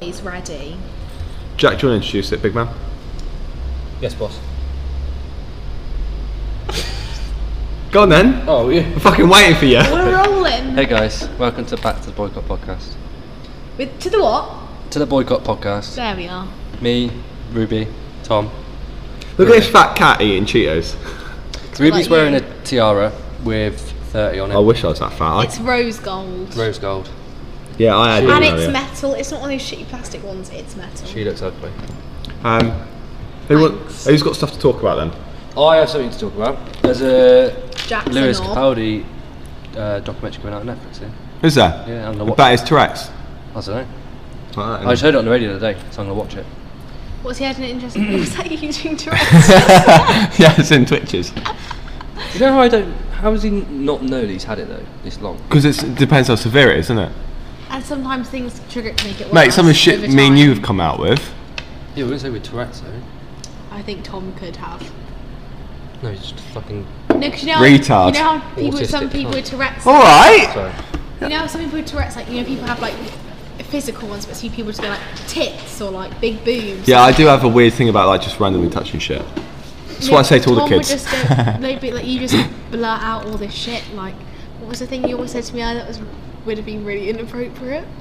is ready. Jack, do you want to introduce it, big man? Yes, boss. Go on then. Oh, yeah. I'm fucking waiting for you. We're rolling. Hey guys, welcome to Back to the Boycott Podcast. With, to the what? To the Boycott Podcast, There we are. me, Ruby, Tom. Look at this fat cat eating Cheetos. Ruby's like wearing you. a tiara with 30 on it. I wish I was that fat. I- It's rose gold. Rose gold. yeah, I had. and it, it's yeah. metal. It's not one of those shitty plastic ones. It's metal. She looks ugly. Um, who want, Thanks. who's got stuff to talk about then? Oh, I have something to talk about. There's a Jackson Lewis or- Capaldi uh, documentary coming out on Netflix here. Who's there? Yeah, I I'm gonna watch bet it's Tourette's. I don't know. Alright, I just heard it on the radio the other day, so I'm going to watch it. What's he had an interesting? What's that you doing to yeah, it's in Twitches. You know how I don't. How does he n- not know that he's had it though, this long? Because it depends how severe it is, isn't it? And sometimes things trigger it to make it worse. Mate, some of the shit over me and time. you have come out with. Yeah, we wouldn't say with Tourette's though. I think Tom could have. No, he's just fucking. No, because you know, Retard. You know how people, Autistic some people cunt. with Tourette's. Oh. Alright! Sorry. You know, how some people with Tourette's, like you know, people have like physical ones, but some people just go like tits or like big boobs. Yeah, I do have a weird thing about like just randomly touching shit. That's what I say to all the Tom kids. Would just go, maybe like you just blurt out all this shit. Like, what was the thing you always said to me? I that was would have been really inappropriate.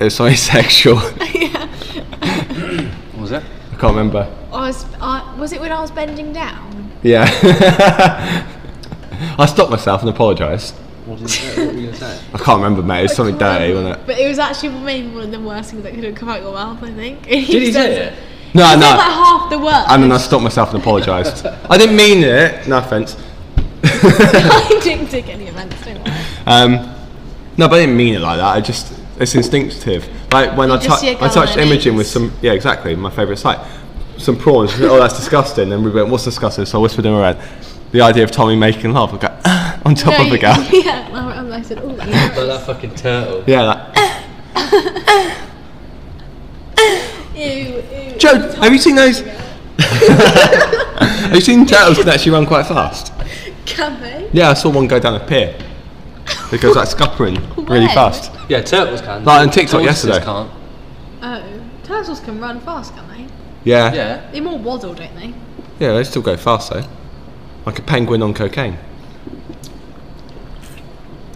It's only sexual. I yeah. What was that? can't remember. I was. I was it when I was bending down? Yeah. I stopped myself and apologised. What, did you say? what were you going to say? I can't remember, mate. It was something dirty, wasn't it? But it was actually maybe one of the worst things that could have come out your mouth. I think. Did Did he say it? Uh, No, Not like no. half the work. And then I stopped myself and apologised. I didn't mean it. No offence. I didn't take any offence. Don't worry. Um, no, but I didn't mean it like that. I just it's instinctive. Like when I, just see tou- a I girl touched and it Imogen with aches. some yeah, exactly my favourite site. Some prawns. oh, that's disgusting. And we went, what's disgusting? So I whispered in her head the idea of Tommy making love. I go on top No, of you- the girl. Yeah. I, I said, oh, yeah. Like that fucking turtle. Yeah, like, ew, ew. Joe, have you seen those? have you seen turtles can actually run quite fast? Can they? Yeah, I saw one go down a pier. It goes like scuppering really When? fast. Yeah, turtles can. Like on TikTok Tortoises yesterday. can't. Oh, turtles can run fast, can they? Yeah. Yeah. They more waddle, don't they? Yeah, they still go fast though. Like a penguin on cocaine.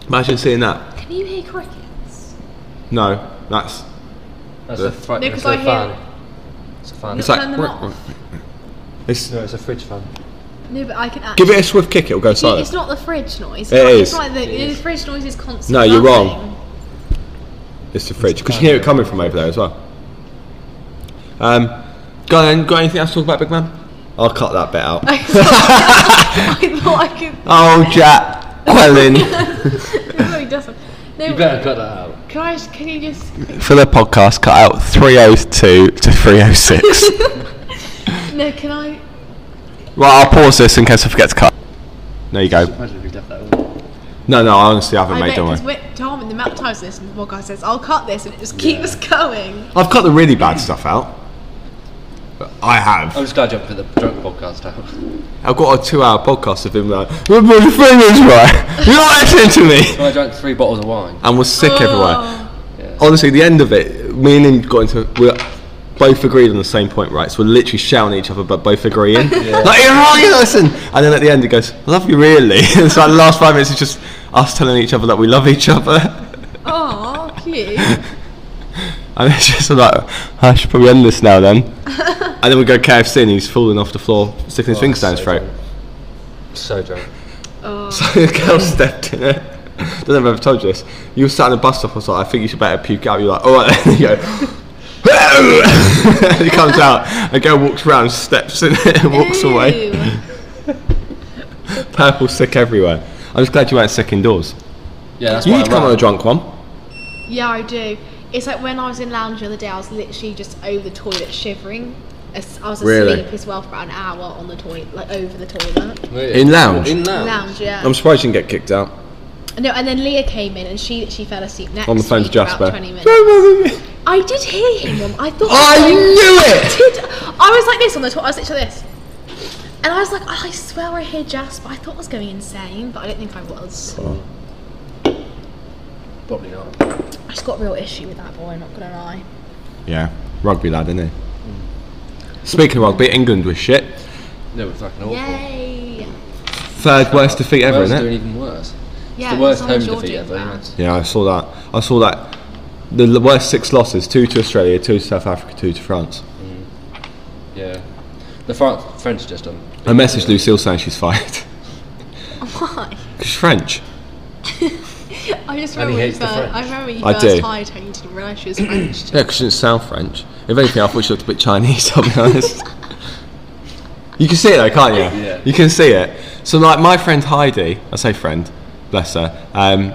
Imagine seeing that. Can you hear crickets? No, that's That's Yeah. a, fr- No, it's 'cause a I hear- fan. It's a fan. it's Not like turn them off. it's, No, it's a fridge fan. No, but I can actually. give it a swift kick, it'll go Yeah, It's silent. not the fridge noise. It It's Not, is. it's not like the, you know, the fridge noise is constant. No, you're rumbling. wrong. It's the fridge because you can hear it coming from over there as well. Um, go on, then, got anything else to talk about, big man? I'll cut that bit out. I thought I thought I could. oh, Jack, Ellen, No, he doesn't. No, You better cut that out. can I? just- Can you just? for the podcast, cut out 302 to 306. No, can I? right, I'll pause this in case I forget to cut. There you go. Imagine if we left that one. No, no, honestly, I haven't, I made mate. bet Don't worry. because when Tom and the map times this and the podcast says, "I'll cut this," and it just keeps going. I've cut the really bad stuff out. But I have. I'm just glad you put the drunk podcast out. I've got a two-hour podcast of him like, "Look, my fingers right. You're not listening to me," I drank three bottles of wine. and was sick everywhere. Oh, Honestly, the end of it, me and him got into. We both agreed on the same point, right? So we're literally shouting at each other, but both agreeing. Like you're wrong, you listen. And then at the end, he goes, "I love you, really." And so the last five minutes is just us telling each other that we love each other. Oh. Aw, cute. And it's just like, "Ah, I should probably end this now then. and then we go KFC and he's falling off the floor, sticking Oh, his fingers down his throat. So drunk. Oh, So the girl stepped in it. Don't know if I've ever told you this. You were sat in a bus stop, I was like, I think you should better puke out. You're like, alright then. You go, and he comes out. A girl walks around, steps in it, and walks away. Ew. Purple sick everywhere. I'm just glad you weren't sick indoors. Yeah, that's You why need to I come on ran. a drunk one. Yeah, I do. It's like when I was in lounge the other day, I was literally just over the toilet shivering. As- I was asleep Really? as well for about an hour on the toilet, like over the toilet. Really? In lounge. In lounge. Lounge, yeah. Oh. I'm surprised you didn't get kicked out. no, and then Leah came in and she she fell asleep next. On the phone me to for about Jasper. 20 minutes. I did hear him. Mum. I thought. I knew it! Did, I was like this on the toilet. I was literally like this, and I was like, "Oh, I swear I hear Jasper. I thought I was going insane, but I don't think I was. Oh. Probably not. I just got a real issue with that boy. Not gonna lie. Yeah, rugby lad, isn't he? Speaking of rugby, England was shit. No, it's fucking awful. Yay! Third worst defeat ever, Wales isn't doing it? even worse. Yeah, it's the we worst saw home Jordan defeat do ever. that. isn't it? Yeah, I saw that. I saw that. The, the worst six losses: two to Australia, two to South Africa, two to France. Yeah. The Fran- French just um, done. I messaged Lucille saying she's fired. Why? She's French. I just remember And he when you hates the first, I French. remember when you I first do. hired her, you didn't realise she was French. Yeah, because she didn't sound French. If anything, I thought she looked a bit Chinese, I'll be honest. you can see it though, can't you? Yeah. You can see it. So, like, my friend Heidi, I say friend, bless her, um,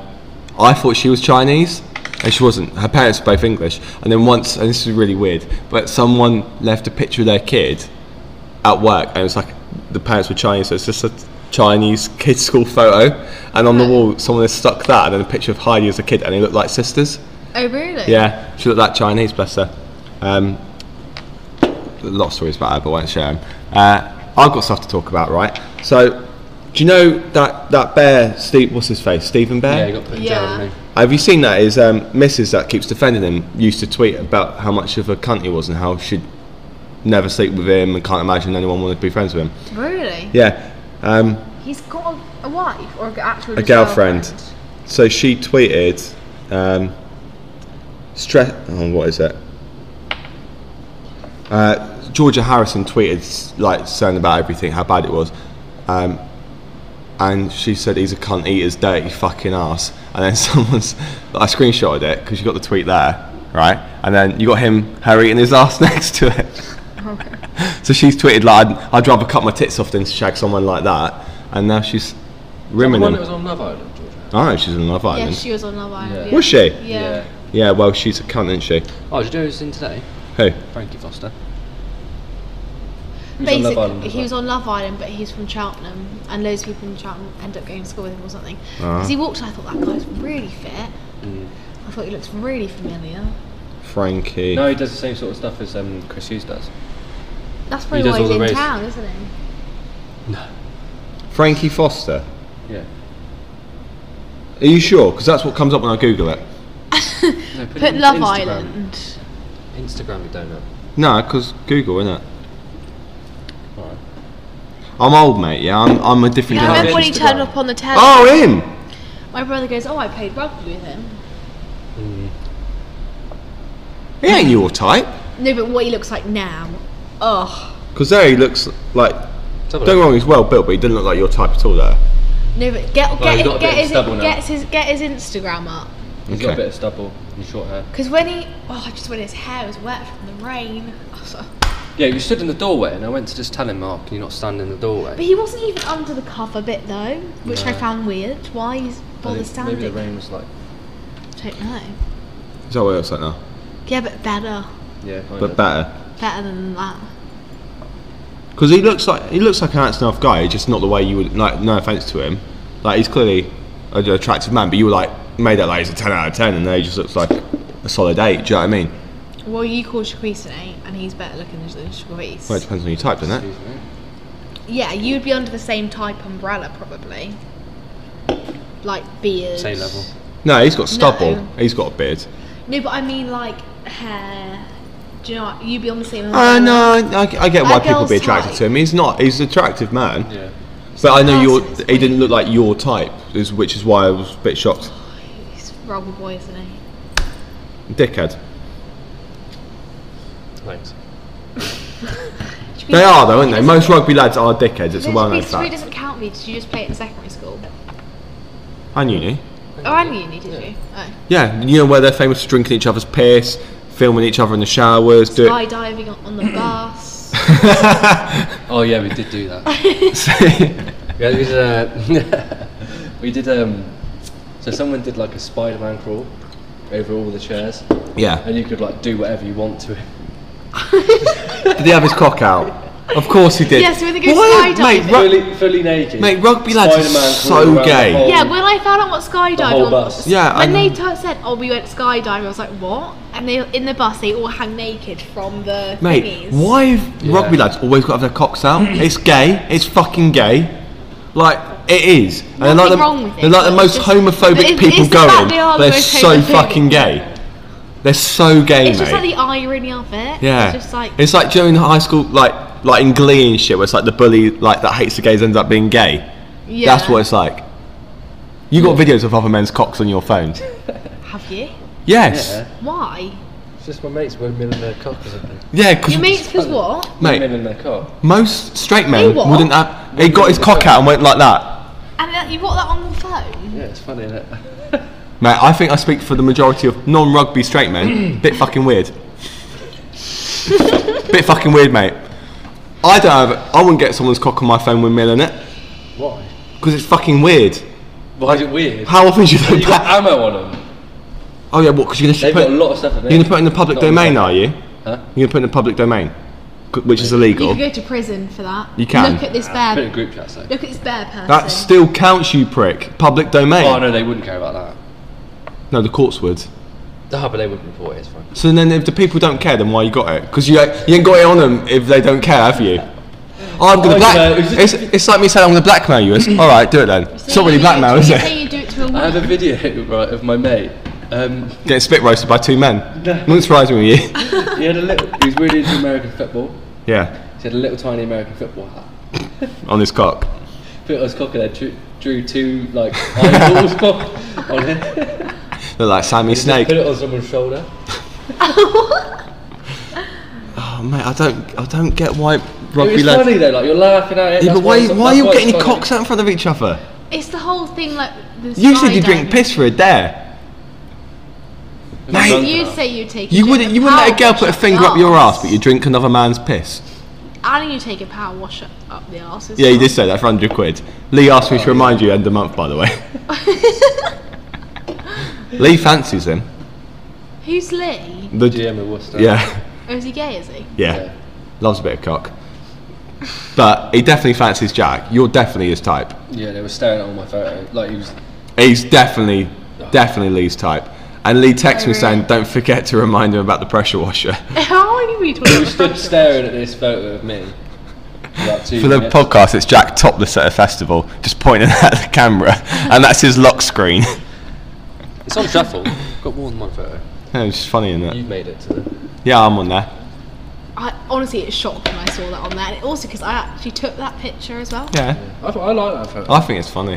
I thought she was Chinese. And she wasn't. Her parents were both English. And then once, and this is really weird, but someone left a picture of their kid at work, and it was like the parents were Chinese, so it's just a Chinese kids' school photo. And on the wall, someone has stuck that, and then a picture of Heidi as a kid, and they look like sisters. oh really? Yeah, she looked like Chinese, bless her. Um, a lot of stories about her, but I won't share them. Uh, I've got stuff to talk about, right? So, do you know that, that bear, Steve, what's his face? Stephen Yeah, Bear? he got put in Yeah. jail. didn't Have you seen that? His um, missus that keeps defending him used to tweet about how much of a cunt he was and how she'd never sleep with him and can't imagine anyone wanted to be friends with him. Really? Yeah. Um, He's got a, a wife or an actual a girlfriend. So she tweeted, um, stress. Oh, what is it? Uh, Georgia Harrison tweeted like saying about everything, how bad it was, um, and she said he's a cunt, eat his dirty fucking ass. And then someone's, I screenshotted it because you got the tweet there, right? And then you got him, her eating his ass next to it. So she's tweeted like, I'd, I'd rather cut my tits off than shag someone like that. And now she's he? The rimming one him. that was on Love Island, Georgia. Oh, she's in Love Yeah, Island. she was on Love Island. Yeah. Yeah. was she? Yeah. Yeah, well, she's a cunt, isn't she? Oh, did you know who's in today? Who? Frankie Foster. Basically, on Love Island as he well. was on Love Island, but he's from Cheltenham, and loads of people in Cheltenham end up going to school with him or something. Ah. Because he walked, and I thought that guy's really fit. Mm. I thought he looked really familiar. Frankie. No, he does the same sort of stuff as um, Chris Hughes does. That's probably does why he's all the in race. town, isn't he? Frankie Foster. Yeah. Are you sure? Because that's what comes up when I Google it. No, put, Put in Love Instagram. Island. Instagram, you don't know. No, because Google, innit? Alright. I'm old, mate, yeah? I'm, I'm a different Yeah, I remember generation. when he turned Instagram. up on the telly. Oh, him! My brother goes, "Oh, I played rugby with him." He ain't your type. No, but what he looks like now. Oh. Because there he looks like. Don't get me wrong, he's well built, but he didn't look like your type at all there. No, but get he's get, got a bit get of his stubble now. gets his get his Instagram up. He's got Okay. a bit of stubble and short hair. Because when he, oh, just when his hair was wet from the rain. Yeah, you stood in the doorway, and I went to just tell him, Mark, can you not stand in the doorway? But he wasn't even under the cover bit though, which I found weird. Why he's I bother think standing? Maybe the rain was like, Don't know. Is that what it looks like now? Yeah, but better, yeah, kind But of. better. better than that. Because he looks like he looks like an handsome enough guy, just not the way you would. Like, no offense to him, like he's clearly an attractive man, but you were like made that like he's a ten out of ten, and now he just looks like a solid eight. Do you know what I mean? Well, you called Shaquise an eight, and he's better looking than Shaquise. Well, it depends on your type, doesn't it? Excuse me. Yeah, you'd be under the same type umbrella probably. Like beard. Same level. No, he's got stubble. No. He's got a beard. No, but I mean like hair. Do you know what? You'd be on the same Uh, umbrella. no, I, I get why Our people be girl's attracted type. to him. He's not. He's an attractive man. Yeah. But I know Person your. is He didn't look like your type, is which is why I was a bit shocked. He's a rubber boy, isn't he? Dickhead. Thanks. Shaquise- They are though, aren't he they? doesn't- Most rugby lads are dickheads. It's a Shaquise- well-known Shaquise fact. doesn't count me. Did you just play it in secondary school? And uni. Oh, and uni, did you? Oh. Yeah, you know where they're famous for drinking each other's piss, filming each other in the showers, do Skydiving on- on the bus. Oh yeah, we did do that. yeah, we did. Uh, we did. Um, so someone did like a Spider-Man crawl over all the chairs, yeah. and you could like do whatever you want to it. Did he have his cock out? Of course he did. Yes, when they go Why- skydiving. Mate, ru- fully, fully naked. mate, rugby lads are Spider-Man so crawling around the gay. whole- Yeah, when I found out what the skydiving whole was, bus. Yeah, when they and- t- said, "Oh, we went skydiving," I was like, "What?" And they in the bus, they all hang naked from the mate, thingies. why have rugby lads always got to have their cocks out? it's gay. It's fucking gay. Like it is. And they're like Nothing the, wrong with it, they're like the but most it's just- homophobic but it- people it's the fact going. they are the are most so homophobic. fucking gay. They're so gay, It's mate. just like the eye you're in the outfit. yeah, It's just like it's like during high school, like like in Glee and shit, where it's like the bully like that hates the gays ends up being gay. yeah. That's what it's like. You got videos of other men's cocks on your phone? Have you? Yes. Why? It's just my mates women in their cock or something. Yeah, 'cause- Your mates, because what? mate. Women in their cock. Most straight men They what? wouldn't have. He got his cock out and went like that. And that, you got that on the phone? Yeah, it's funny, is Mate, I think I speak for the majority of non-rugby straight men. Bit fucking weird. Bit fucking weird, mate. I don't have. I wouldn't get someone's cock on my phone with milling it Why? because it's fucking weird. Why is it weird? How often do you do you got that? ammo on them. Oh yeah, what? Because you're They've gonna put. got a lot of stuff in there. you're gonna put it in the public Not domain, in are you? Huh? You're gonna put it in the public domain, c- which is illegal. You could go to prison for that. You can. Look at this Put it in bear. group chats though. Look at this bear person. That still counts, you prick. Public domain. Oh no, they wouldn't care about that. No, the courts would. Ah, but they wouldn't report it. It's fine. So then, if the people don't care, then why you got it? Because you, ain't- you ain't got it on them if they don't care, have you? I'm gonna Oh, black. yeah, it's it's, just- it's like me saying I'm gonna blackmail you. It's, all right, do it then. It's not really blackmail, is you Say it? you do it to a I have woman. a video right of my mate. Um, Getting spit roasted by two men. Wouldn't surprise me with you. he had a little. He was really into American football. Yeah, He had a little tiny American football hat. on his cock. Put it on his cock and then drew, drew two like eyeballs pop on it. Look like Sammy Snake. Put it on someone's shoulder. Oh mate, I don't, I don't get why It rugby was lads. funny though. Like you're laughing at it. Yeah, that's but why, it's- why are that's you it's getting your funny. cocks out in front of each other? It's the whole thing, like the You said you slide drink down. piss for a dare. It's Mate. drunk You'd enough. say you take. You do wouldn't, the you wouldn't let a power girl wash put a finger up your the ass, but you drink another man's piss. And you take a power wash up, up the arse. as Yeah, you well. did say that for 100 quid. Lee asked me to remind you end of month, by the way. Lee fancies him. Who's Lee? The, GM of Worcester. yeah, Or is he gay? Is he? yeah. Loves a bit of cock. But he definitely fancies Jack. You're definitely his type. Yeah, they were staring at all my photo. Like he was. He's definitely, definitely Lee's type. And Lee texts me saying, don't forget to remind him about the pressure washer. How long have you been talking? He was about stood that? staring at this photo of me. For about two For the minutes. podcast, it's Jack topless at a festival, just pointing at the camera. And that's his lock screen. It's on shuffle. Got more than one photo. Yeah, it's just funny, isn't it? You've made it to the. Yeah, I'm on there. I honestly, it shocked when I saw that on there, and also because I actually took that picture as well. Yeah. I, thought- I like that photo. I think it's funny.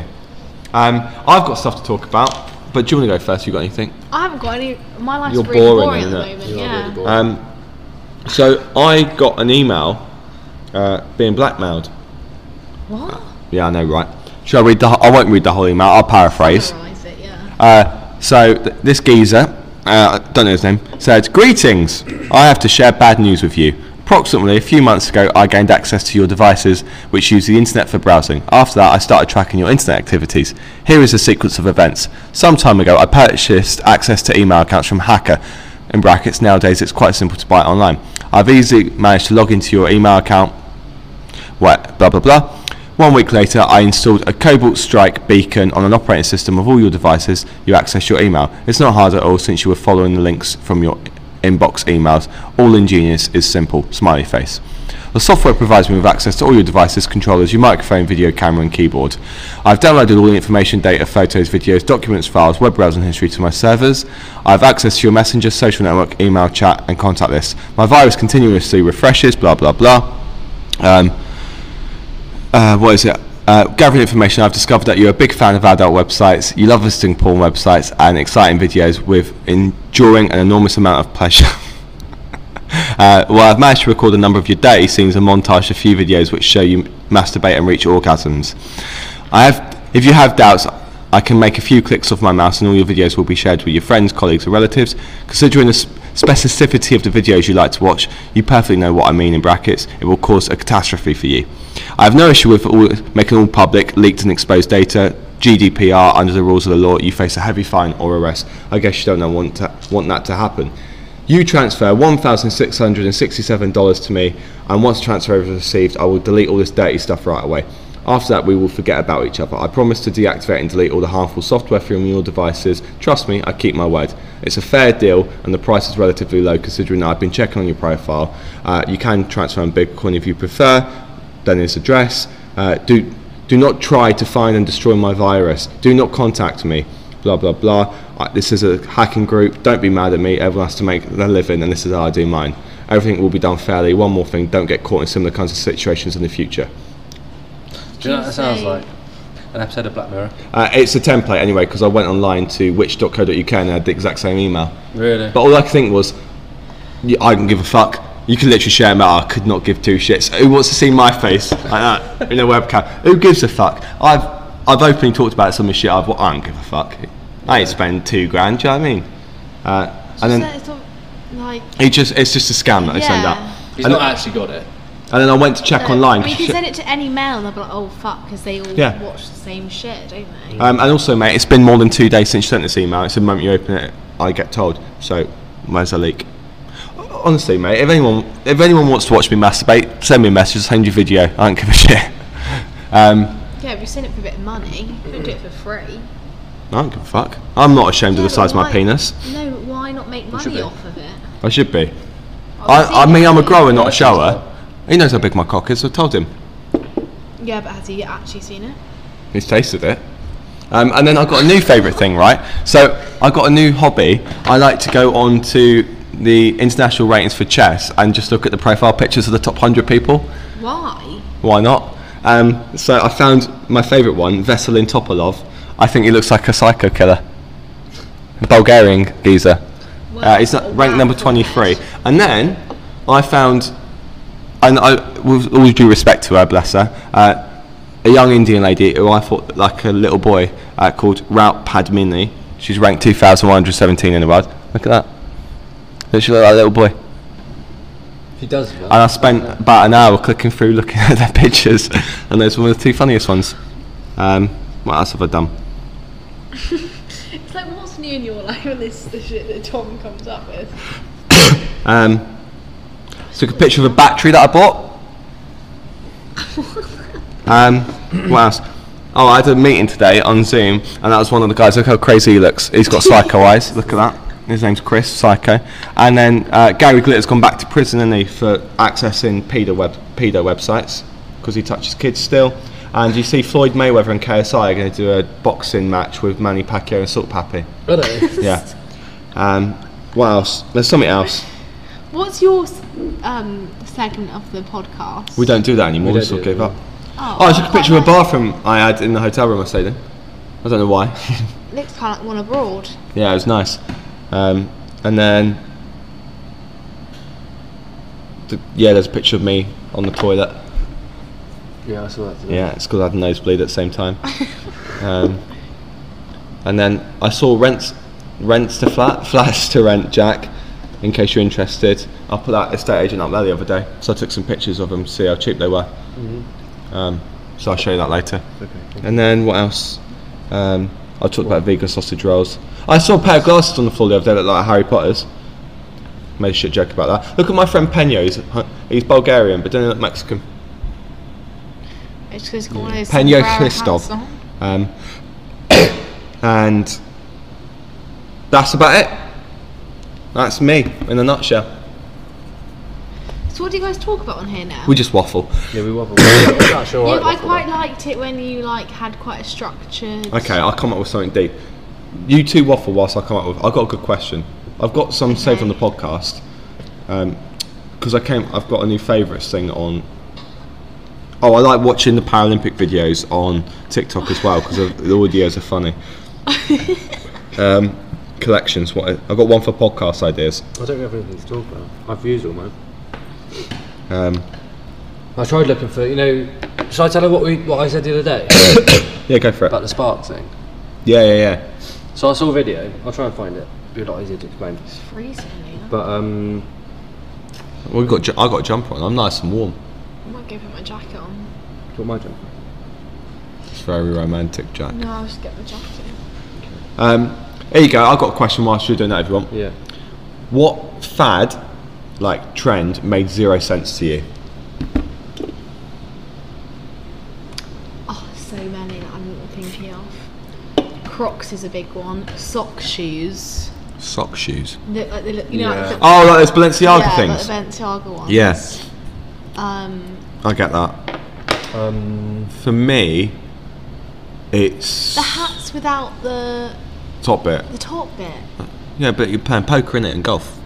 Um, I've got stuff to talk about, but do you want to go first? You got anything? I haven't got any. My life's You're really boring, boring, at isn't the it? moment. You are yeah. really boring. Um, so I got an email uh, being blackmailed. what? Yeah, I know, right? Shall I read the? wh- I won't read the whole email. I'll paraphrase. Summarise it, yeah. Uh, so th- this geezer, uh, I don't know his name, said, "Greetings. I have to share bad news with you. Approximately a few months ago, I gained access to your devices, which use the internet for browsing. After that, I started tracking your internet activities. Here is a sequence of events. Some time ago, I purchased access to email accounts from Hacker." In brackets, nowadays it's quite simple to buy it online. I've easily managed to log into your email account what blah blah blah. One week later, I installed a Cobalt Strike beacon on an operating system of all your devices. You access your email. It's not hard at all since you were following the links from your inbox emails. All ingenious is simple. Smiley face. The software provides me with access to all your devices, controllers, your microphone, video, camera, and keyboard. I've downloaded all the information, data, photos, videos, documents, files, web browsing history to my servers. I have access to your messenger, social network, email, chat, and contact list. My virus continuously refreshes, blah, blah, blah. Um, uh, what is it? Uh, gathering information, I've discovered that you're a big fan of adult websites. You love visiting porn websites and exciting videos with enduring an enormous amount of pleasure. uh, well, I've managed to record a number of your dirty scenes and montage a few videos which show you masturbate and reach orgasms. I have, if you have doubts, I can make a few clicks of my mouse and all your videos will be shared with your friends, colleagues, and relatives. Considering the sp- specificity of the videos you like to watch, you perfectly know what I mean in brackets. It will cause a catastrophe for you. I have no issue with all, making all public, leaked, and exposed data. GDPR, under the rules of the law, you face a heavy fine or arrest. I guess you don't want, to, want that to happen. You transfer $1,667 to me, and once the transfer is received, I will delete all this dirty stuff right away. After that, we will forget about each other. I promise to deactivate and delete all the harmful software from your devices. Trust me, I keep my word. It's a fair deal, and the price is relatively low considering that I've been checking on your profile. Uh, you can transfer in Bitcoin if you prefer, then its address. Uh, do, do not try to find and destroy my virus. Do not contact me blah blah blah. I- this is a hacking group. Don't be mad at me. Everyone has to make their living, and this is how I do mine. Everything will be done fairly. One more thing: don't get caught in similar kinds of situations in the future. Do you know what that sounds Say- like? An episode of Black Mirror. Uh, it's a template anyway, because I went online to which.co.uk and I had the exact same email. Really? But all I could think was, "Y- I don't give a fuck. You can literally share them out. I could not give two shits. Who wants to see my face like that in a webcam? Who gives a fuck? I've I've openly talked about some of the shit I've. I don't give a fuck. I ain't spend two grand. Do you know what I mean? Uh, and Is then that- it's not like it just it's just a scam that they send Yeah. out. He's and, not actually got it. and then I went to check No, online. I mean, if you Shit. send it to any male, they'll be like, "Oh fuck," because they all Yeah. watch the same shit, don't they? Um, and also, mate, it's been more than two days since you sent this email. It's the moment you open it, I get told. So, where's the leak? Honestly, mate, if anyone if anyone wants to watch me masturbate, send me a message, send you a video. I don't give a shit. Um, yeah, if you send it for a bit of money, you don't do it for free. I don't give a fuck. I'm not ashamed Yeah, of the but size of my why- penis. No, but why not make should money be. off of it? I should be. Obviously, I, I mean, I'm a yeah. grower, not a Yeah, I think shower. He knows how big my cock is. I told him. Yeah, but has he actually seen it? He's tasted it. Um, and then I've got a new favourite thing, right? So I've got a new hobby. I like to go on to the international ratings for chess and just look at the profile pictures of the top 100 people. Why? Why not? Um, so I found my favourite one, Veselin Topalov. I think he looks like a psycho killer. Bulgarian geezer. Uh, he's Wow. not ranked number 23. And then I found, and I, with all due respect to her, bless her, uh, a young Indian lady who I thought looked like a little boy uh, called Rout Padmini. She's ranked 2,117 in the world. Look at that. Does she look like a little boy? He does. And I spent about an hour clicking through looking at their pictures, and those were one of the two funniest ones. Um, what else have I done? It's like, what's new in your life when this the shit that Tom comes up with? Um, took a picture of a battery that I bought. um, what else? Oh, I had a meeting today on Zoom, and that was one of the guys. Look how crazy he looks. He's got psycho eyes. Look at that. His name's Chris Psycho. And then uh, Gary Glitter's gone back to prison, isn't he, for accessing pedo web pedo websites because he touches kids still. And you see Floyd Mayweather and KSI are going to do a boxing match with Manny Pacquiao and Salt Pappy. Yeah. Um, what else? There's something else. What's your s- um, segment of the podcast? We don't do that anymore. We, We don't sort of do it gave up. Oh, Oh, I took a picture of a bathroom I had in the hotel room I stayed in. I don't know why. Looks kind of like one abroad. yeah, it was nice. Um, and then, th- yeah, there's a picture of me on the toilet. Yeah, I saw that. Today. Yeah, it's because I had a nosebleed at the same time. um, and then I saw rents, rents to flat, flats to rent, Jack. In case you're interested, I put that estate agent up there the other day, so I took some pictures of them to see how cheap they were. Um, so I'll show you that later. Okay. And then what else? Um, I talked about vegan sausage rolls. I saw a pair of glasses on the floor the other day that looked like Harry Potter's. Made a shit joke about that. Look at my friend Peño. He's, he's Bulgarian, but doesn't look Mexican. It's just got one of those Peña sombrero Christov. hats on. Um, and that's about it. That's me in a nutshell. So what do you guys talk about on here now? We just waffle. Yeah, we waffle. I'm not sure. yeah, I but I waffle. quite liked it when you like had quite a structured. Okay, I'll come up with something deep. You two waffle whilst I come up with. I've got a good question. I've got some saved on the podcast because I came. I've got a new favourites thing on. Oh, I like watching the Paralympic videos on TikTok as well because the audios are funny. um, collections. What I've got one for podcast ideas. I don't have anything to talk about. I've used all mine. Um, I tried looking for, you know, should I tell her what we what I said the other day yeah, go for it. about the spark thing? Yeah, yeah, yeah. So I saw a video. I'll try and find it. It'd be a lot easier to explain. It's freezing here. But um, Well, we've got. ju- I got a jumper on. I'm nice and warm. I might go put my jacket on. do you want my jumper? It's very romantic, Jack. No, I'll just get my jacket. Um, there you go. I've got a question whilst you're doing that, if you want. Yeah. What fad, like trend, made zero sense to you? Oh, so many that I'm not thinking of. Crocs is a big one. Sock shoes. Sock shoes. Look like they look, you know, like Yeah. the- Oh, like those Balenciaga yeah, like things. the Balenciaga ones. Yes, Um, I get that. Um, For me, it's the hats without the top bit. The top bit. Yeah, but you're playing poker in it and golf.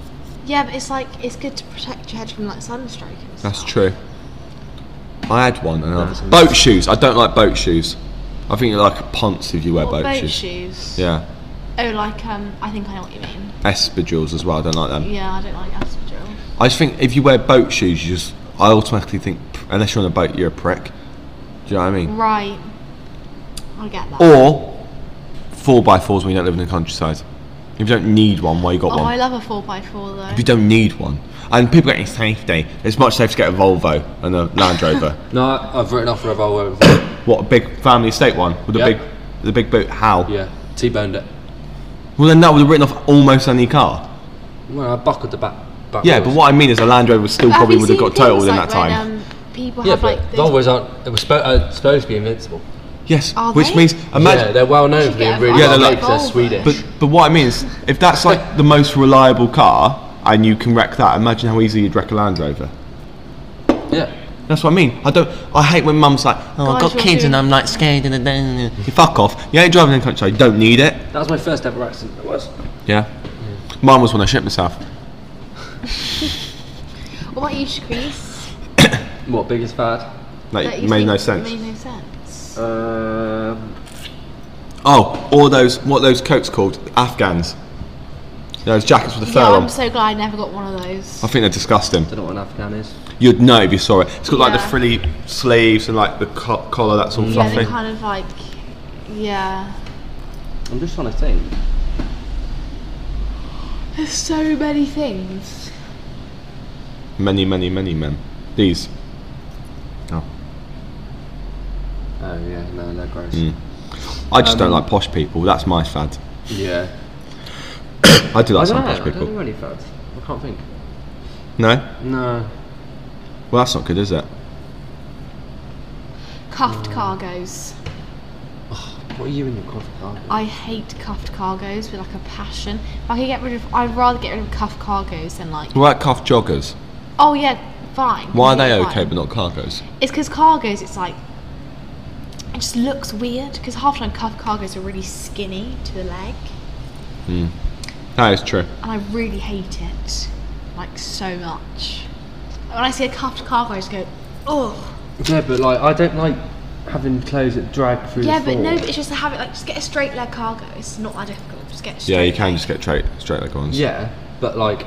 Yeah, but it's like it's good to protect your head from like sunstroke. And That's stuff. true. I had one and I boat shoes. I don't like boat shoes. I think you're like a ponce if you wear Or boat, boat, shoes. Yeah. Oh, like um, I think I know what you mean. Espadrilles as well. I don't like them. Yeah, I don't like espadrille. I just think if you wear boat shoes, you just I automatically think unless you're on a boat, you're a prick. Do you know what I mean? Right. I get that. Or four by fours when you don't live in the countryside. If you don't need one, why you got oh, one? I love a four by four though. if you don't need one, and people getting safety, it's much safer to get a Volvo and a Land Rover. No, I- I've written off Revolver. and- what a big family estate one with a Yeah. big the big boot? How? yeah, T-boned it. Well, then that would have written off almost any car. Well, I buckled the back. back Yeah, wheels. but what I mean is a Land Rover still probably you would have seen got totaled things in like that time. When, um, people Yeah, have but like. those- Volvos aren't. They were spo- uh, supposed to be invincible. yes, Are which they? means imagine. yeah, they're well known should for being get a really Yeah, yeah, they're well like- made 'cause they're Volvo. Swedish. But but what I mean is, if that's like the most reliable car and you can wreck that, imagine how easy you'd wreck a Land Rover. yeah, That's what I mean. I don't. I hate when mum's like, "Oh, I Guys, got you're kids and doing- I'm like scared." And then you fuck off. You ain't driving in the country. You don't need it. that was my first ever accident. It was. Yeah. Mine was when I shit myself. What about you, Shakris? What biggest fad? Like, That you it made think no sense. Made no sense. Um, oh, or those what are those coats called Afghans. Those jackets with the fur yeah, on. I'm so glad I never got one of those. I think they're disgusting. don't know what an Afghan is. You'd know if you saw it. It's got like the Yeah. frilly sleeves and like the co- collar that's all yeah, fluffy. they're kind of like. Yeah. I'm just trying to think. There's so many things. Many, many, many men. These. Oh. Oh yeah, no, they're gross. Hmm. I just Um, don't like posh people. That's my fad. Yeah. I do like I some don't know. posh I don't people. know any fads. I can't think. No? No. Well, that's not good, is it? Cuffed cargoes. What are you in your coffee car? I hate cuffed cargoes with like a passion. If I could get rid of, I'd rather get rid of cuffed cargoes than like. What about cuff joggers? Oh yeah, fine. Why are they completely okay fine. but not cargos? It's because cargoes, it's like, it just looks weird. Because half the time cuff cargoes are really skinny to the leg, That is true. and I really hate it, like so much. When I see a cuffed cargo, I just go, oh. Yeah, but like I don't like having clothes that drag through. Yeah, the but floor. no, but it's just to have it like just get a straight leg cargo. It's not that difficult. Just get a straight. Yeah, you can leg. just get straight, straight leg ones. Yeah, but like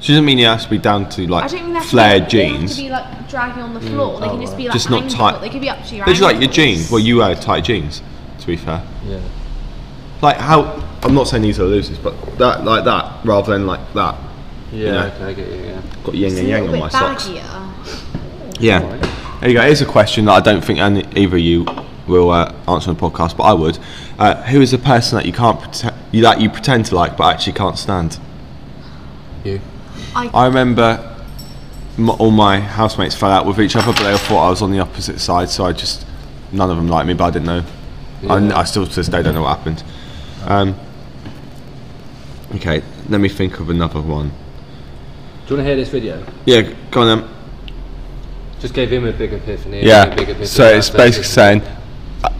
She doesn't mean you have to be down to I like don't mean that's flared they have jeans. to be like dragging on the floor. they can just be like Just not hanging tight. up. They could be up to your. They just like your ankles. jeans. Well, you wear tight jeans, to be fair. yeah. Like how? I'm not saying these are losers, but that like that rather than like that. Yeah, Yeah. okay, I get you. Yeah. Got yin It's and a yang little on my bit socks. baggier. Yeah. There you go. Here's a question that I don't think any, either of you will uh, answer on the podcast, but I would. Uh, who is the person that you can't pretend you, that you pretend to like, but actually can't stand? You. I remember m- all my housemates fell out with each other, but they all thought I was on the opposite side, so I just none of them liked me, but I didn't know. I, kn- I still to this day don't know what happened. Um, okay, let me think of another one. Do you want to hear this video? Yeah, g- go on then. Just gave him a big epiphany. and me a big Yeah. epiphany, So that's it's it. basically saying uh,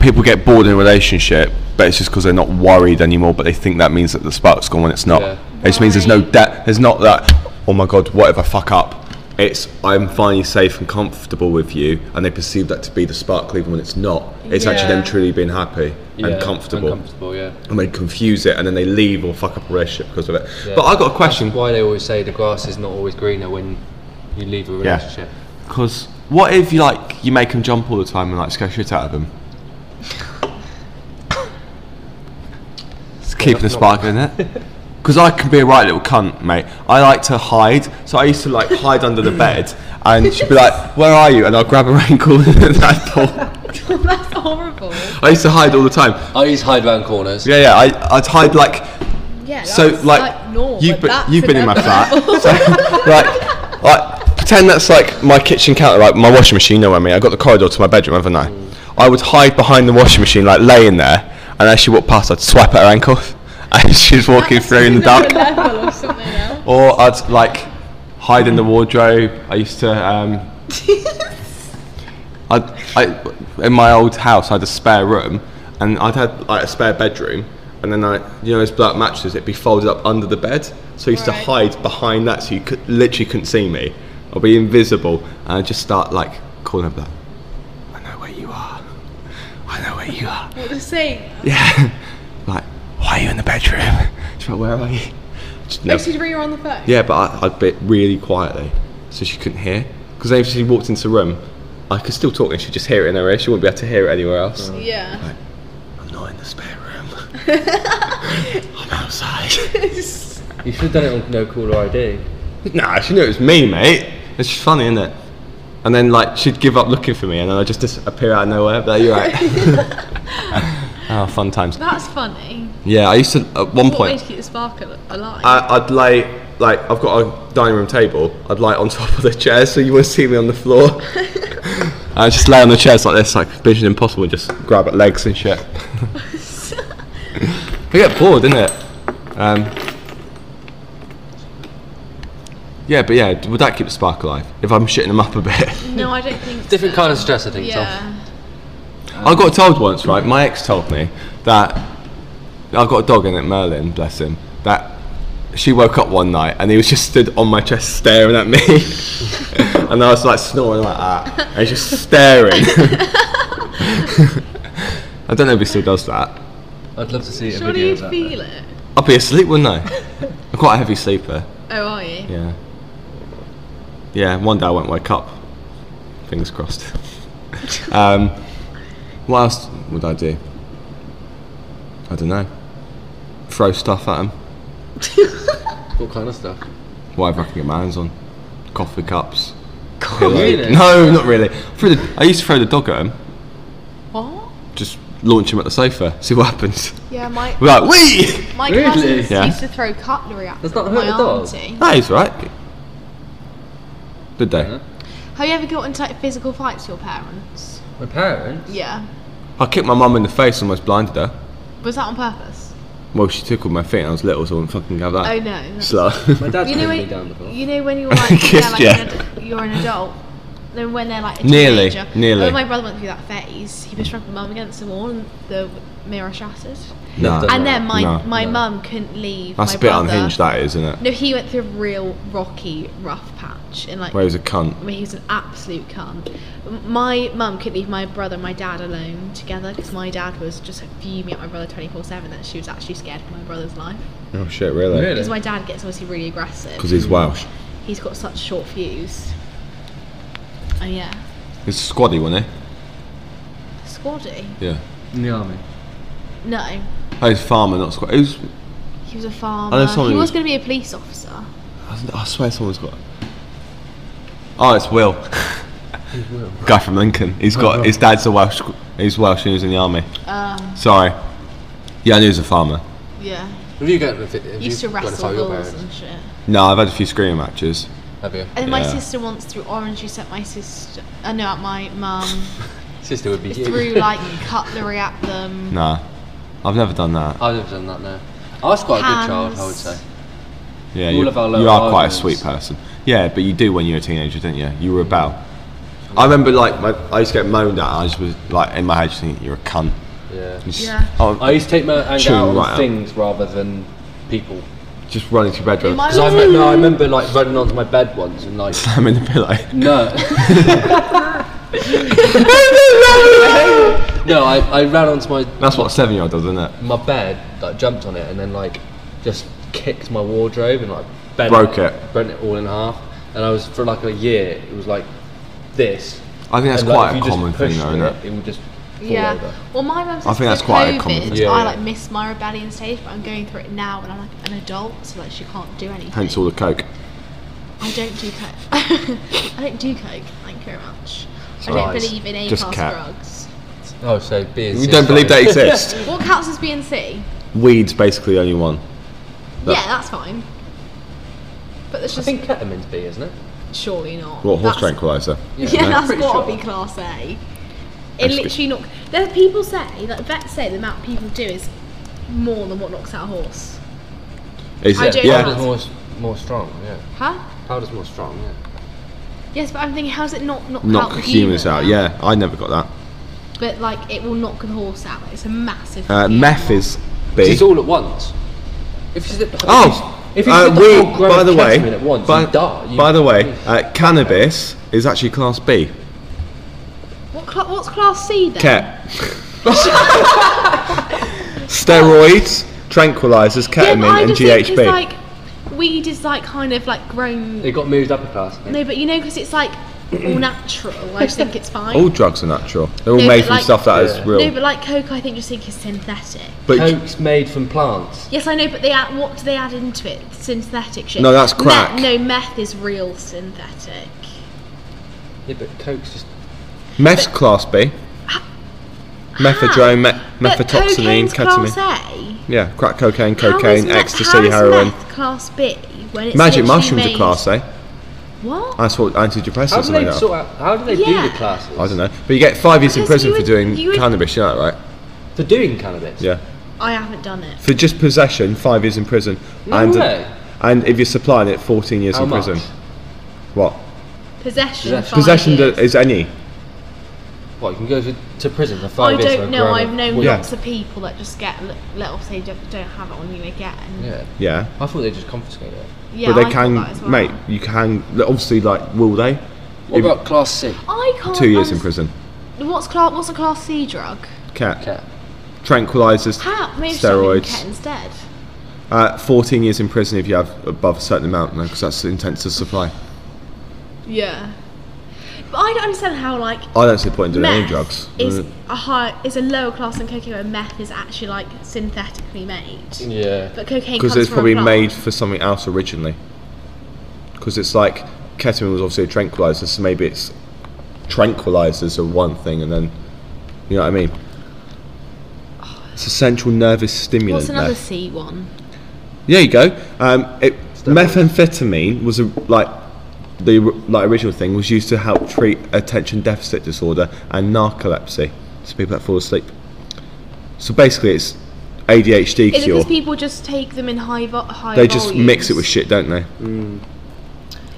people get bored in a relationship, but it's just because they're not worried anymore. But they think that means that the spark's gone when it's not. Yeah. It just means there's no debt. There's not that. Oh my god, what if I fuck up? It's I'm finally safe and comfortable with you, and they perceive that to be the spark, even when it's not. It's actually them Yeah. truly being happy Yeah, and comfortable. Uncomfortable, yeah. and they confuse it, and then they leave or fuck up a relationship because of it. Yeah. But I got a question. That's why they always say the grass is not always greener when you leave a Yeah. relationship. Because what if you like you make them jump all the time and like scare shit out of them? it's keeping the spark in it. Because I can be a right little cunt, mate. I like to hide, so I used to like hide under the bed, and she'd be like, "Where are you?" and I'll grab her ankle and that ball. That's horrible. I used to hide all the time. I used hide round corners. Yeah, yeah. I, I'd hide like Yeah. so that's, like, normal, you've but been, that's you've been in my another flat. level. So, like, like pretend that's like my kitchen counter, like my washing machine. You know what I mean? I got the corridor to my bedroom, haven't I? I would hide behind the washing machine, like laying there, and as she walked past, I'd swipe at her ankle, and she's walking through in the dark. Another level of something else. Or I'd like hide in the wardrobe. I used to. Um, I, I, in my old house, I had a spare room, and I'd had like a spare bedroom, and then I, you know, those black mattresses, it'd be folded up under the bed, so I used to Right. hide behind that, so you could, literally couldn't see me. I'd be invisible, and I'd just start like calling up, like, I know where you are, I know where you are. What to say? Yeah, like, why are you in the bedroom? She's like, where are you? Just No. never- Actually, ring her on the phone. yeah, but I, I'd bit really quietly, so she couldn't hear. Because then if she walked into the room, I could still talk and she'd just hear it in her ear. She wouldn't be able to hear it anywhere else. Mm. Yeah. I'm not in the spare room. I'm outside. You should have done it on No Caller ID. nah, she knew it was me, mate. It's just funny, isn't it? And then like she'd give up looking for me, and then I just disappear out of nowhere. But you're right. oh, fun times. That's funny. Yeah, I used to at one What way point. Uh, to keep the spark al- alive? I, I'd lay like I've got a dining room table. I'd lay on top of the chair, so you wouldn't see me on the floor. I just lay on the chairs like this, like Vision Impossible, and just grab at legs and shit. we get bored, isn't it? Um, yeah, but yeah, would that keep the spark alive? If I'm shitting them up a bit, no, I don't think. Different kind of stress, I think. so. Yeah. I got told once, right? My ex told me that I've got a dog in it, Merlin, bless him. That she woke up one night and he was just stood on my chest staring at me, and I was like snoring like that, and he's just staring. I don't know if he still does that. I'd love to see a Surely video you'd of that. feel it. I'd be asleep, wouldn't I? I'm quite a heavy sleeper. Oh, are you? Yeah. Yeah, one day I won't wake up. Fingers crossed. um, what else would I do? I don't know. Throw stuff at him. What kind of stuff? Whatever I can get my hands on. Coffee cups. Oh, Really? No, not really. Threw the, I used to throw the dog at him. What? Just launch him at the sofa. See what happens. Yeah, my We're like, wee! my Really? cousins Yeah. used to throw cutlery at Does that hurt my the dog? auntie. That is right. Did they? Have you ever got into like, physical fights with your parents? My parents? Yeah. I kicked my mum in the face, almost blinded her. Was that on purpose? Well, she tickled my feet and I was little, so I wouldn't fucking have that. Oh no. Slut. My dad's You know been when down before. you know when you're like, yeah, Kissed like ya. an ad- you're an adult. Then when they're like a Nearly, teenager, nearly. When my brother went through that phase, he was my mum against the wall and the mirror shattered. Nah. and then my No. my mum couldn't leave. That's my a bit brother. unhinged, that is, isn't it? No, he went through a real rocky, rough patch, and like Where he was a cunt. I mean, he was an absolute cunt. M- My mum could leave my brother and my dad alone together because my dad was just like fuming at my brother 24 7 that she was actually scared for my brother's life. Oh shit, really? Because my dad gets obviously really aggressive. Because he's Welsh. He's got such short fuse. And yeah, He's squaddy, wasn't he? squaddy. Yeah. In the army. No, Oh, he's a farmer, not squad. Who's? he was a farmer. I know he someone who's- was going to be a police officer. I I swear someone's got. Oh, it's Will. Guy from Lincoln. He's got his dad's a Welsh. He's Welsh and he was in the army. Um, Sorry. Yeah, I knew he was a farmer. yeah, Have you got? Have you used to got in a fight wrestle with your girls parents? and shit. No, I've had a few screaming matches. Have you? And my Yeah. sister once through orange. She sent my sister, uh, no, at my mum Sister would be you. threw like cutlery at them. Nah, I've never done that. I'd have done that now. I was quite a good child, I would Hands. say. Yeah, All you, of our you little are quite a arguments. sweet person. Yeah, but you do when you're a teenager, don't you? You rebel. I remember like my, I used to get moaned at. I just was like in my head, just thinking, "You're a cunt." Yeah. Just, Yeah. oh, I used to take my anger Tune out on right out. things rather than people. just running to your bedroom, Remind- Because I, me- no, I remember like running onto my bed once and like slamming the pillow. no, no, I, I ran onto my That's what a seven-year-old does, isn't it? my bed, like jumped on it, and then like just kicked my wardrobe and like bent Broke it. bent it all in half. And I was for like a year, it was like this. I think that's And, like, quite if a you just common thing, pushed though, on isn't it, it? It would just fall Yeah. over. Well, my mum says I think that's with quite a COVID, common thing. Yeah, I yeah. like missed my rebellion stage, but I'm going through it now, and I'm like an adult, so like she can't do anything. Hence all the coke. I don't do coke. I don't do coke. Thank you very much. I don't Right. believe in A Just class cat. drugs. Oh, so being You don't believe they exist. What counts as B and C? Weed's basically the only one. No. Yeah, that's fine. But it's I just think ketamine B, isn't it? surely not. What horse That's- tranquilizer? Yeah, I'm that's pretty got sure. to be class A. It That's good. literally knock. There, people say that vets say the amount people do is more than what knocks out a horse. Is I it? don't Yeah. know. Powder's more s- more strong. Yeah, Huh? powder's more strong. Yeah. Yes, but I'm thinking, how's it not knock Knock out humans human? out. Yeah, I never got that. but like it will knock a horse out. It's a massive. Uh, fucking meth animal. is Because B. It's all at once. If you did, Oh, if you uh, did the we, whole gram by the of way, ketamine at once, by, you die. You- by the way, uh, cannabis is actually class B. What cla- what's class C then? Cat. Steroids, tranquilizers, Yeah, but ketamine, I and just think 'cause, GHB. like weed is like kind of like grown. It got moved up a class. No, but you know, because it's like all natural. I just think it's fine. all drugs are natural. They're all No, made but from like- stuff that is Yeah. Oh, real. No, but like coke, I think just think is synthetic. but Coke's made from plants. Yes, I know, but they add, what do they add into it? Synthetic shit. No, that's Meth- crack. no, meth is real synthetic. Yeah, but Coke's just. meth's class B. Methadone, me- But methotrexamine, cocaine's ketamine. Class A. Yeah, crack cocaine, How is cocaine, meth- how ecstasy, is heroin. Meth class B when it's Magic literally mushrooms made- are class A. What? That's what How antidepressants do are made they out sort out? How do they do Yeah. the classes? of. I don't know. But you get five years in Because prison you for would- doing you would- cannabis, you know that, right? For doing cannabis. Yeah. I haven't done it. For just possession, five years in prison. No and, way. and if you're supplying it, 14 years How in much? prison. What? Possession. Possession. five Possession years. that is any. What you can go to, to prison for I five years. don't for know. growing I've up. known Well, Yeah. lots of people that just get let, let off. They don't, don't have it on you again. Yeah. Yeah. I thought they just confiscated it. Yeah, but I they thought can, that as well. mate. You can obviously like will they? What If- about class C? I can't. two years in understand- prison. What's class? What's a class C drug? Cat. Cat. Tranquilizers. How? Maybe it's something you get steroids. instead. Uh, 14 years in prison if you have above a certain amount, because that's intensive supply. Yeah. But I don't understand how like I don't see the point in doing meth any drugs. is Uh, a high is a lower class than cocaine, where meth is actually like synthetically made. Yeah. But cocaine because comes it's from a probably plant. made for something else originally. Because it's like ketamine was obviously a tranquilizer, so maybe it's tranquilizers are one thing, and then you know what I mean. It's a central nervous stimulant. What's another meth. C one? There you go. Um, it, methamphetamine was a, like the r- like original thing was used to help treat attention deficit disorder and narcolepsy, so people that fall asleep. So basically, it's ADHD Is it cure. because people just take them in high vo- high They just mix it with volumes? shit, don't they? Mm.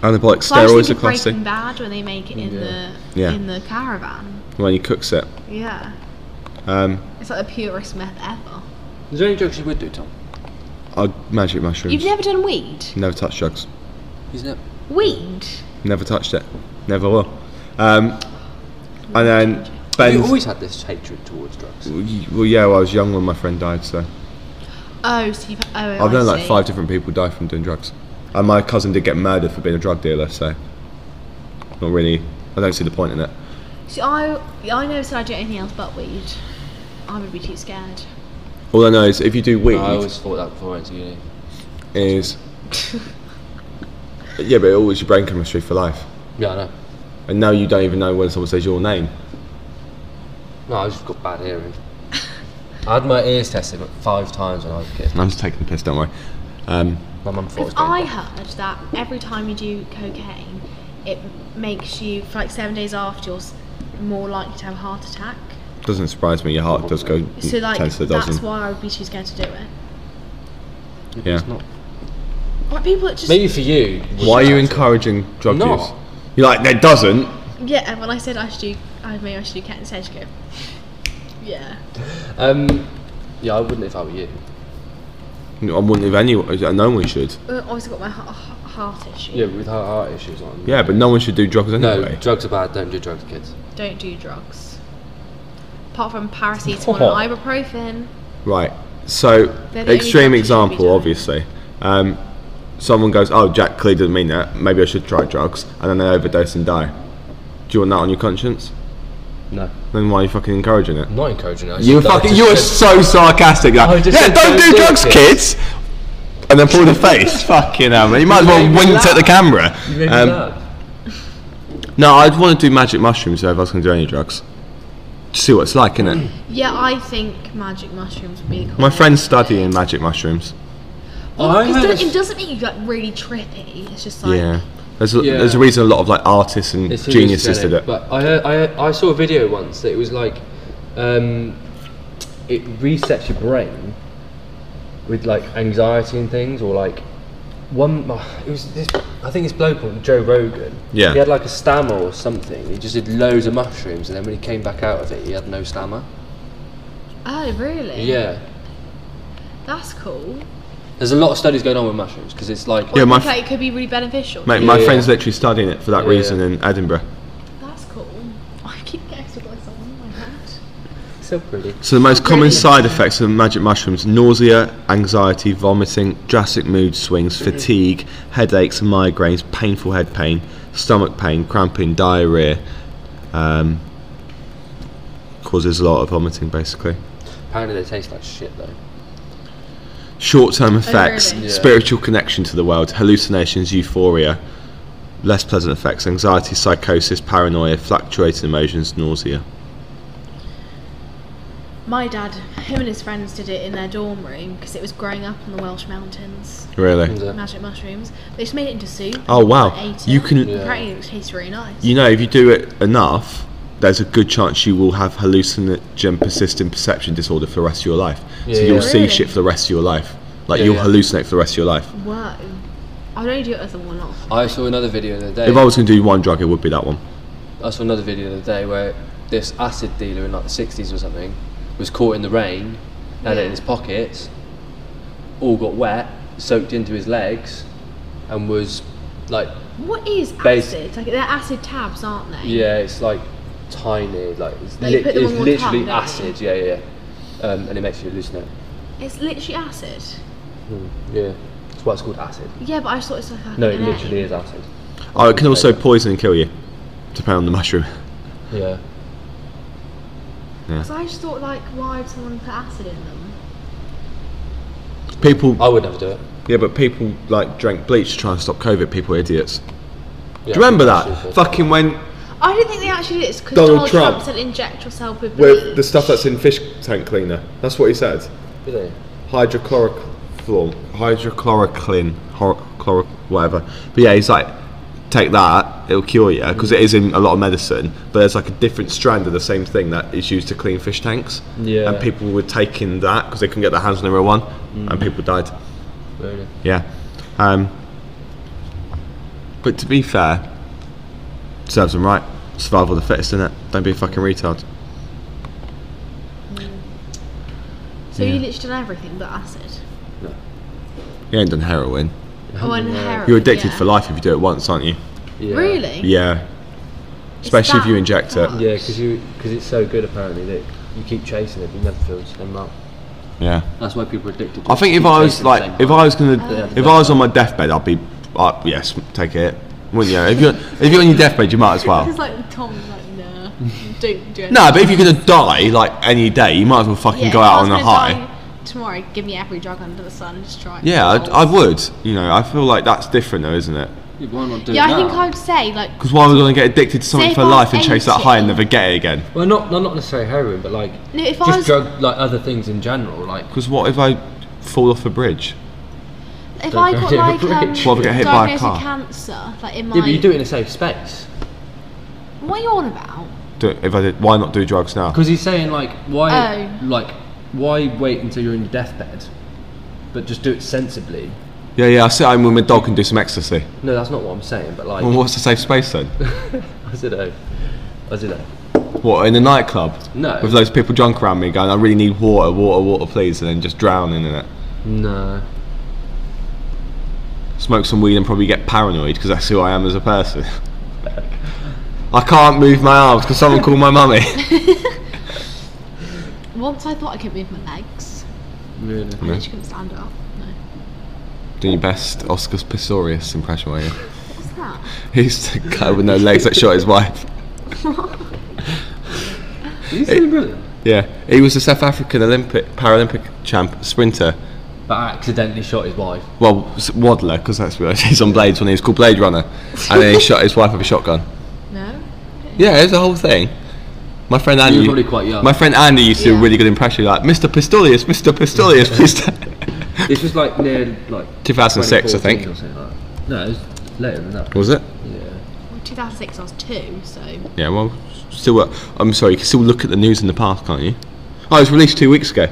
Anabolic So I just steroids think are of class Breaking C. Bad when they make it in the Yeah. in the caravan. When he cooks it, Yeah, um, it's like the purest meth ever. Is there any drugs you would do, Tom? I magic mushrooms. You've never done weed? never touched drugs. Isn't it? Weed? Never touched it. Never will. Um, and then Have you Ben's. always had this hatred towards drugs? Well, yeah, well, I was young when my friend died, so. Oh, so you've. Oh, I've I known like see. five different people die from doing drugs. And my cousin did get murdered for being a drug dealer, so. Not really. I don't see the point in it. See, I I never said I'd do anything else but weed. I would be too scared. All I know is if you do weed, I always thought that before I went to uni. is. yeah, but it alters your brain chemistry for life. Yeah, I know. And now you don't even know when someone says your name. No, I just got bad hearing. I had my ears tested like five times when I was a kid. I'm just taking the piss, don't worry. Um, My mum thought it was Because being I heard that every time you do cocaine, it makes you for like seven days after you're s- more likely to have a heart attack. doesn't surprise me, your heart does go So like 10 to the that's dozen. why I would be too scared to do it. yeah. Like people that just Maybe for you. Why are you encouraging drug No. use? You're like, that doesn't. yeah. When I said I should do, I maybe I should do cat instead. She go, yeah. Um, yeah, I wouldn't if I were you. I wouldn't have anyone, no one should. Well, obviously got my ha- ha- heart issue. Yeah, with heart, heart issues. Like, Yeah, but no one should do drugs No, anyway. drugs are bad. Don't do drugs, kids. Don't do drugs. Apart from paracetamol and ibuprofen. Right. So, They're the only extreme drugs you should be example, doing. obviously. Um, someone goes, "Oh, Jack clearly didn't mean that. Maybe I should try drugs," and then they overdose and die. Do you want that on your conscience? No, Then why are you fucking encouraging it? I'm not encouraging that. You fucking, you are so sarcastic. I Like, just yeah, said don't don't do do drugs, it." kids. And then pull the face. fucking hell, man. You might as well made me wink at the laugh. camera. Um, Um, no, I'd want to do magic mushrooms though, if I was going to do any drugs. Just see what it's like, innit? Yeah, I think magic mushrooms would be. Cool. My friend's studying magic mushrooms. I Because had a it, f- doesn't make you like really trippy. It's just like Yeah. There's a, Yeah. there's a reason a lot of like artists and It's geniuses hallucinogenic, did it. But I, heard, I, heard- I saw a video once that it was like, um, it resets your brain with like anxiety and things, or like one. It was this. I think this bloke called Joe Rogan. Yeah. He had like a stammer or something. He just did loads of mushrooms, and then when he came back out of it, he had no stammer. Oh, really? Yeah. That's cool. There's a lot of studies going on with mushrooms because it's like Yeah, my Looks f- like it could be really beneficial. mate, my Yeah. friend's literally studying it for that Yeah. reason in Edinburgh. That's cool. I keep getting stood by someone in my hand. so pretty. So the most common Brilliant. side effects of magic mushrooms: nausea, anxiety, vomiting, drastic mood swings, fatigue, headaches, migraines, painful head pain, stomach pain, cramping, diarrhea. Um, causes a lot of vomiting, basically. Apparently they taste like shit though. Short-term effects: Oh, really? Yeah. spiritual connection to the world, hallucinations, euphoria. Less pleasant effects: anxiety, psychosis, paranoia, fluctuating emotions, nausea. My dad, him and his friends did it in their dorm room because it was growing up in the Welsh mountains. Really. uh, Magic mushrooms. They just made it into soup. Oh, wow. and ate You it. can- Yeah. Apparently, it tastes really nice. you know, if you do it enough, there's a good chance you will have hallucinogen persistent perception disorder for the rest of your life. so Yeah. you'll see Really? shit for the rest of your life. Like Yeah, you'll yeah. hallucinate for the rest of your life. Whoa. I'd only do it as a one-off. I saw another video the other day. If I was going to do one drug, it would be that one. I saw another video the other day where this acid dealer in like the 60s or something was caught in the rain, had it Yeah. in his pockets, all got wet, soaked into his legs, and was like, What is acid? Base- Like they're acid tabs, aren't they? yeah, it's like tiny, like it's, They lit- put them it's on one top, literally don't they? acid, yeah, yeah, yeah. Um, and it makes you hallucinate. It's literally acid. Yeah, that's why it's called acid. Yeah, but I just thought it's like a No, it literally is acid. Oh, it can also poison and kill you, depending on the mushroom. Yeah. So I just thought like, why would someone put acid in them? People, I would never do it. yeah, but people like drank bleach to try and stop COVID. People are idiots. Yeah, Do you remember that? stupid. Fucking when I don't think they actually did it because Donald Donald, Trump. Trump. said inject yourself with with bleach. the stuff that's in fish tank cleaner. That's what he said. Did they? hydrochloroform, hydrochloroclin, hor- chloro- whatever. But yeah, he's like, take that, it'll cure you, because it is in a lot of medicine. But there's like a different strand of the same thing that is used to clean fish tanks. Yeah. And people were taking that because they couldn't get their hands on the real one, and people died. Really? Yeah. Um, but to be fair, serves them right. Survival of the fittest, innit? Don't be a fucking retard. so you literally done everything but acid. You ain't done heroin. Oh, and heroin. You're addicted yeah. for life if you do it once, aren't you? Yeah. Really? Yeah. It's especially if that you inject it. much. Yeah, because you because it's so good apparently that you keep chasing it, but you never feel the same amount. Yeah. That's why people are addicted. To I think if I was like, if I was gonna, if I was on my deathbed, I'd be, i yes, take it, wouldn't you? If you're, if you're on your deathbed, you might as well. It's like Tom's like, nah, don't do it. No, but if you're gonna die like any day, you might as well fucking go out on a high. Tomorrow, give me every drug under the sun and just try. it. Yeah, I, I would. You know, I feel like that's different though, isn't it? why not do Yeah, I think I'd say like Because why am I gonna get addicted to something if for I was life and chase that high and 80? never get it again? Well, not not not necessarily heroin, but like No, if I just was- drug like other things in general, like Because what if I fall off a bridge? if I got go like over a um, bridge. Well, if I get hit by a diagnosed with car. cancer, like in my yeah, but you do it in a safe space. what are you on about? Do, if I did, why not do drugs now? Because he's saying like why Oh. like why wait until you're in your deathbed, but just do it sensibly. Yeah, yeah. I sit home with my dog and do some ecstasy. No, that's not what I'm saying. But like Well, what's the safe space then? I don't know, I don't know. What in a nightclub? No. With those people drunk around me, going, "I really need water, water, water, please," and then just drowning in it. No, Smoke some weed and probably get paranoid because that's who I am as a person. I can't move my arms because someone called my mummy. Once I thought I could move my legs, really. I just couldn't stand up. No, Doing your best Oscar Pistorius impression, were you? what's that? He used to go with no legs that shot his wife. He's doing brilliant. Yeah, he was a South African Olympic Paralympic champ sprinter. But I accidentally shot his wife. Well, s- waddler because that's what he's on Blades when he was called Blade Runner, and then he shot his wife with a shotgun. No, Yeah, it was the whole thing. My friend Andy. were probably quite young. My friend Andy used to do a Yeah. really good impression, like Mr. Pistorius, Mr. Pistorius, please. sta-" This was like near like 2006, I 2014 think. or something like that. No, it was later than that. was it? Yeah. well, 2006 I was two, so Yeah. Well, still. uh, I'm sorry. You can still look at the news in the past, can't you? Oh, it was released two weeks ago.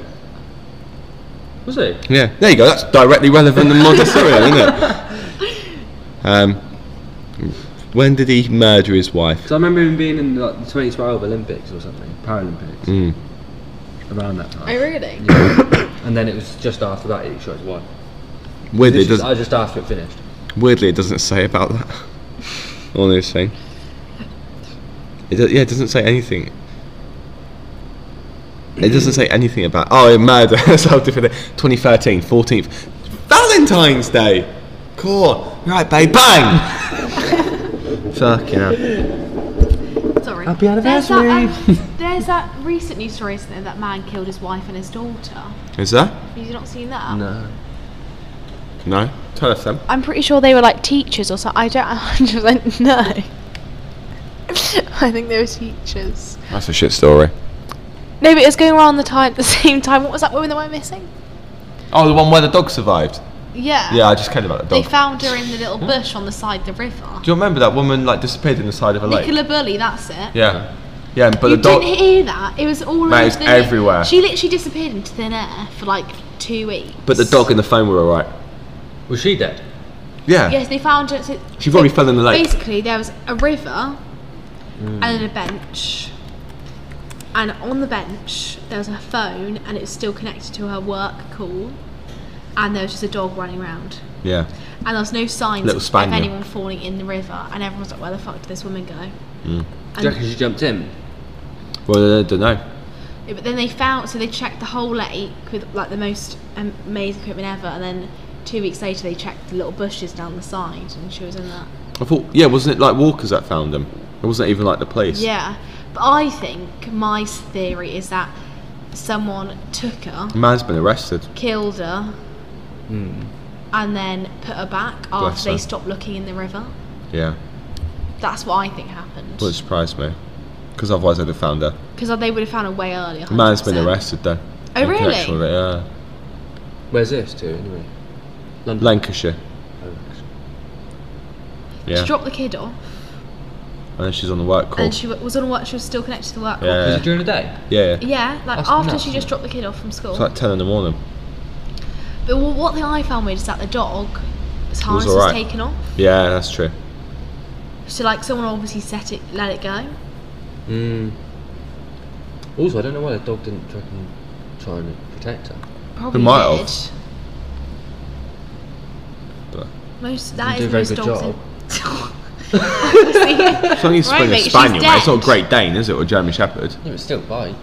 Was it? Yeah. There you go. That's directly relevant and more serial, isn't it? Um, when did he murder his wife? Because I remember him being in like, the 2012 Olympics or something, Paralympics, Mm. around that time. Oh, really? Yeah. and then it was just after that he shot his wife. Weirdly, This it was, doesn't, I just after it finished. weirdly, it doesn't say about that on this thing. It do, yeah, it doesn't say anything. It doesn't say anything about. Oh, it murder. That's how different. it- 2013, 14th. Valentine's Day! Cool. Right, babe. Bang! Fucking hell. Sorry. Happy anniversary. There's that, um, there's that recent news story, isn't there? That man killed his wife and his daughter. Is that? Have you not seen that? No. No. Tell us then. I'm pretty sure they were like teachers or something. I don't 100% know. I think they were teachers. That's a shit story. No, but it was going around the time at the same time. What was that woman that went missing? Oh, the one where the dog survived. Yeah. Yeah, I just cared about the They dog. found her in the little bush on the side of the river. Do you remember that woman like disappeared in the side of a lake? Nicola Bully, that's it. Yeah, yeah, but you the dog. didn't hear that. It was all Mate, over it's the everywhere. She literally disappeared into thin air for like two weeks. But the dog and the phone were alright. Was she dead? Yeah. Yes, they found her. So, She probably fell in the lake. Hmm. Basically, there was a river and a bench, and on the bench there was her phone, and it was still connected to her work call, and there was just a dog running around. Yeah. And there was no signs Little of spaniel. anyone falling in the river, and everyone's like, "Where the fuck did this woman go?" Do you reckon she jumped in? Well, I don't know. Yeah, but then they found, so they checked the whole lake with like the most um, amazing equipment ever, and then two weeks later they checked the little bushes down the side, and she was in that. I thought, yeah, wasn't it like walkers that found them? It wasn't even like the police. Yeah, but I think my theory is that someone took her, The man's been arrested. killed her, and then put her back Hmm. Bless after they her. stopped looking in the river. Yeah. That's what I think happened. Wouldn't surprise me. Because otherwise I'd have found her. Because they would have found a way earlier. The man's been 100%. arrested though. Oh, In connection with really? it, yeah. Where's this to anyway? London. Lancashire. Yeah. She dropped the kid off, And then she's on the work call. and she w- was on work. She was still connected to the work. Yeah. Was it during the day? yeah. It's Yeah, like That's after nuts, she isn't just it? dropped the kid off from school. like 10 in the morning. But wh- what thing I found weird is that the dog, his harness was, alright. taken off. Yeah, that's true. So like someone obviously set it, let it go. Uh. Mm. Also, I don't know why the dog didn't try and, try and protect her. Probably might did. have. But Most Didn't that do is a very most good dogs. job. in- it's only Right, Spanish mate, she's Spaniel, mate. It's not dead. Great Dane, is it? Or German Shepherd. No, it's still bite.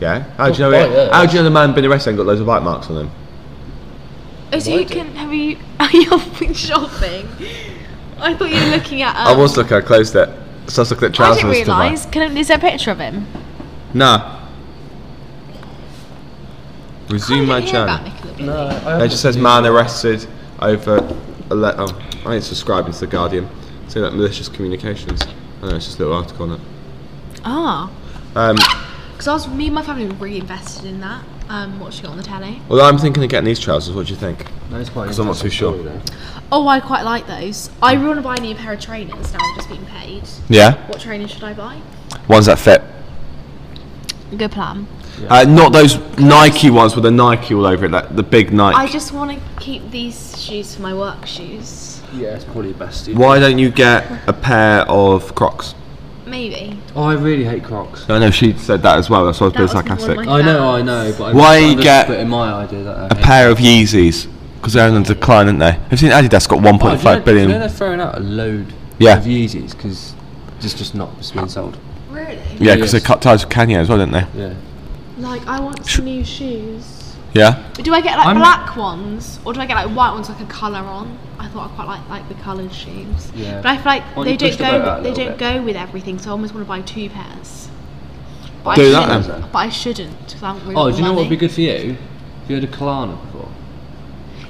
Yeah. How do you Oh, know? right, yeah. How do you know the man been arrested and got loads of bite marks on him? Um, oh, so you Right. can have you? Are you off with shopping? I thought you were looking at. Um, I was looking. I closed it. So I was looking at I trousers. didn't to buy. realise. Can I, is there a picture of him? Nah. I Resume didn't my hear channel. about Nicola Bulli. No, It just says man arrested over. Ele- oh, I ain't subscribing to the Guardian. See that malicious communications. I know it's just a little article on it. Ah, Um, because I was me and my family were really invested in that. Um, watching it on the telly. well, I'm thinking of getting these trousers. What do you think? No, it's quite 'Cause I'm not too interesting sure. story, Oh, I quite like those. I want to buy a new pair of trainers now. I've just been paid. Yeah. What trainers should I buy? Ones that fit. Good plan. Uh, not those Nike ones with the Nike all over it. That the big Nike. I just want to keep these shoes for my work shoes. though. Yeah, it's probably best. Why don't you get a pair of Crocs? Maybe. Oh, I really hate Crocs. I know she said that as well. That's why I was That being was one of sarcastic. my I know, I know, but I'm, Why I'm you just get putting my idea that a I hate. pair of Yeezys because they're on the decline, aren't they? Have you seen Adidas got Oh, do you 1.5 billion? know- do you know they're throwing out a load Yeah. of Yeezys because it's just not it's being sold. Really? yeah, because Yes. they cut ties with Kanye as well, didn't they? Yeah. Like, I want some new shoes. Yeah. But do I get like I'm- black ones or do I get like white ones like a colour on? I thought I quite like like the coloured shoes. Yeah. But I feel like Why don't they you don't push the boat go out a they little don't bit? go with everything, so I almost want to buy two pairs. But Do I that shouldn't- then. But I shouldn't because I haven't really Oh, got do you know what would be money. good for you? Have you had a Kalana before?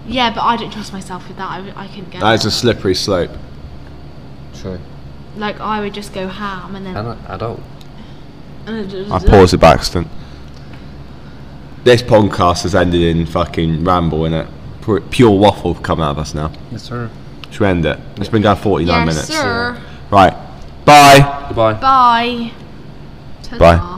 Yeah, but I don't trust myself with that. I, I couldn't get That is it. a slippery slope. True. Like I would just go ham and then. And an adult. I paused it by accident. This podcast has ended in fucking ramble, innit? Pu- Pure waffle have come out of us now. Yes, sir. Should we end it? It's been going 49 Yes, minutes. sir. Right. Bye. Goodbye. Bye. Bye. Ta-da.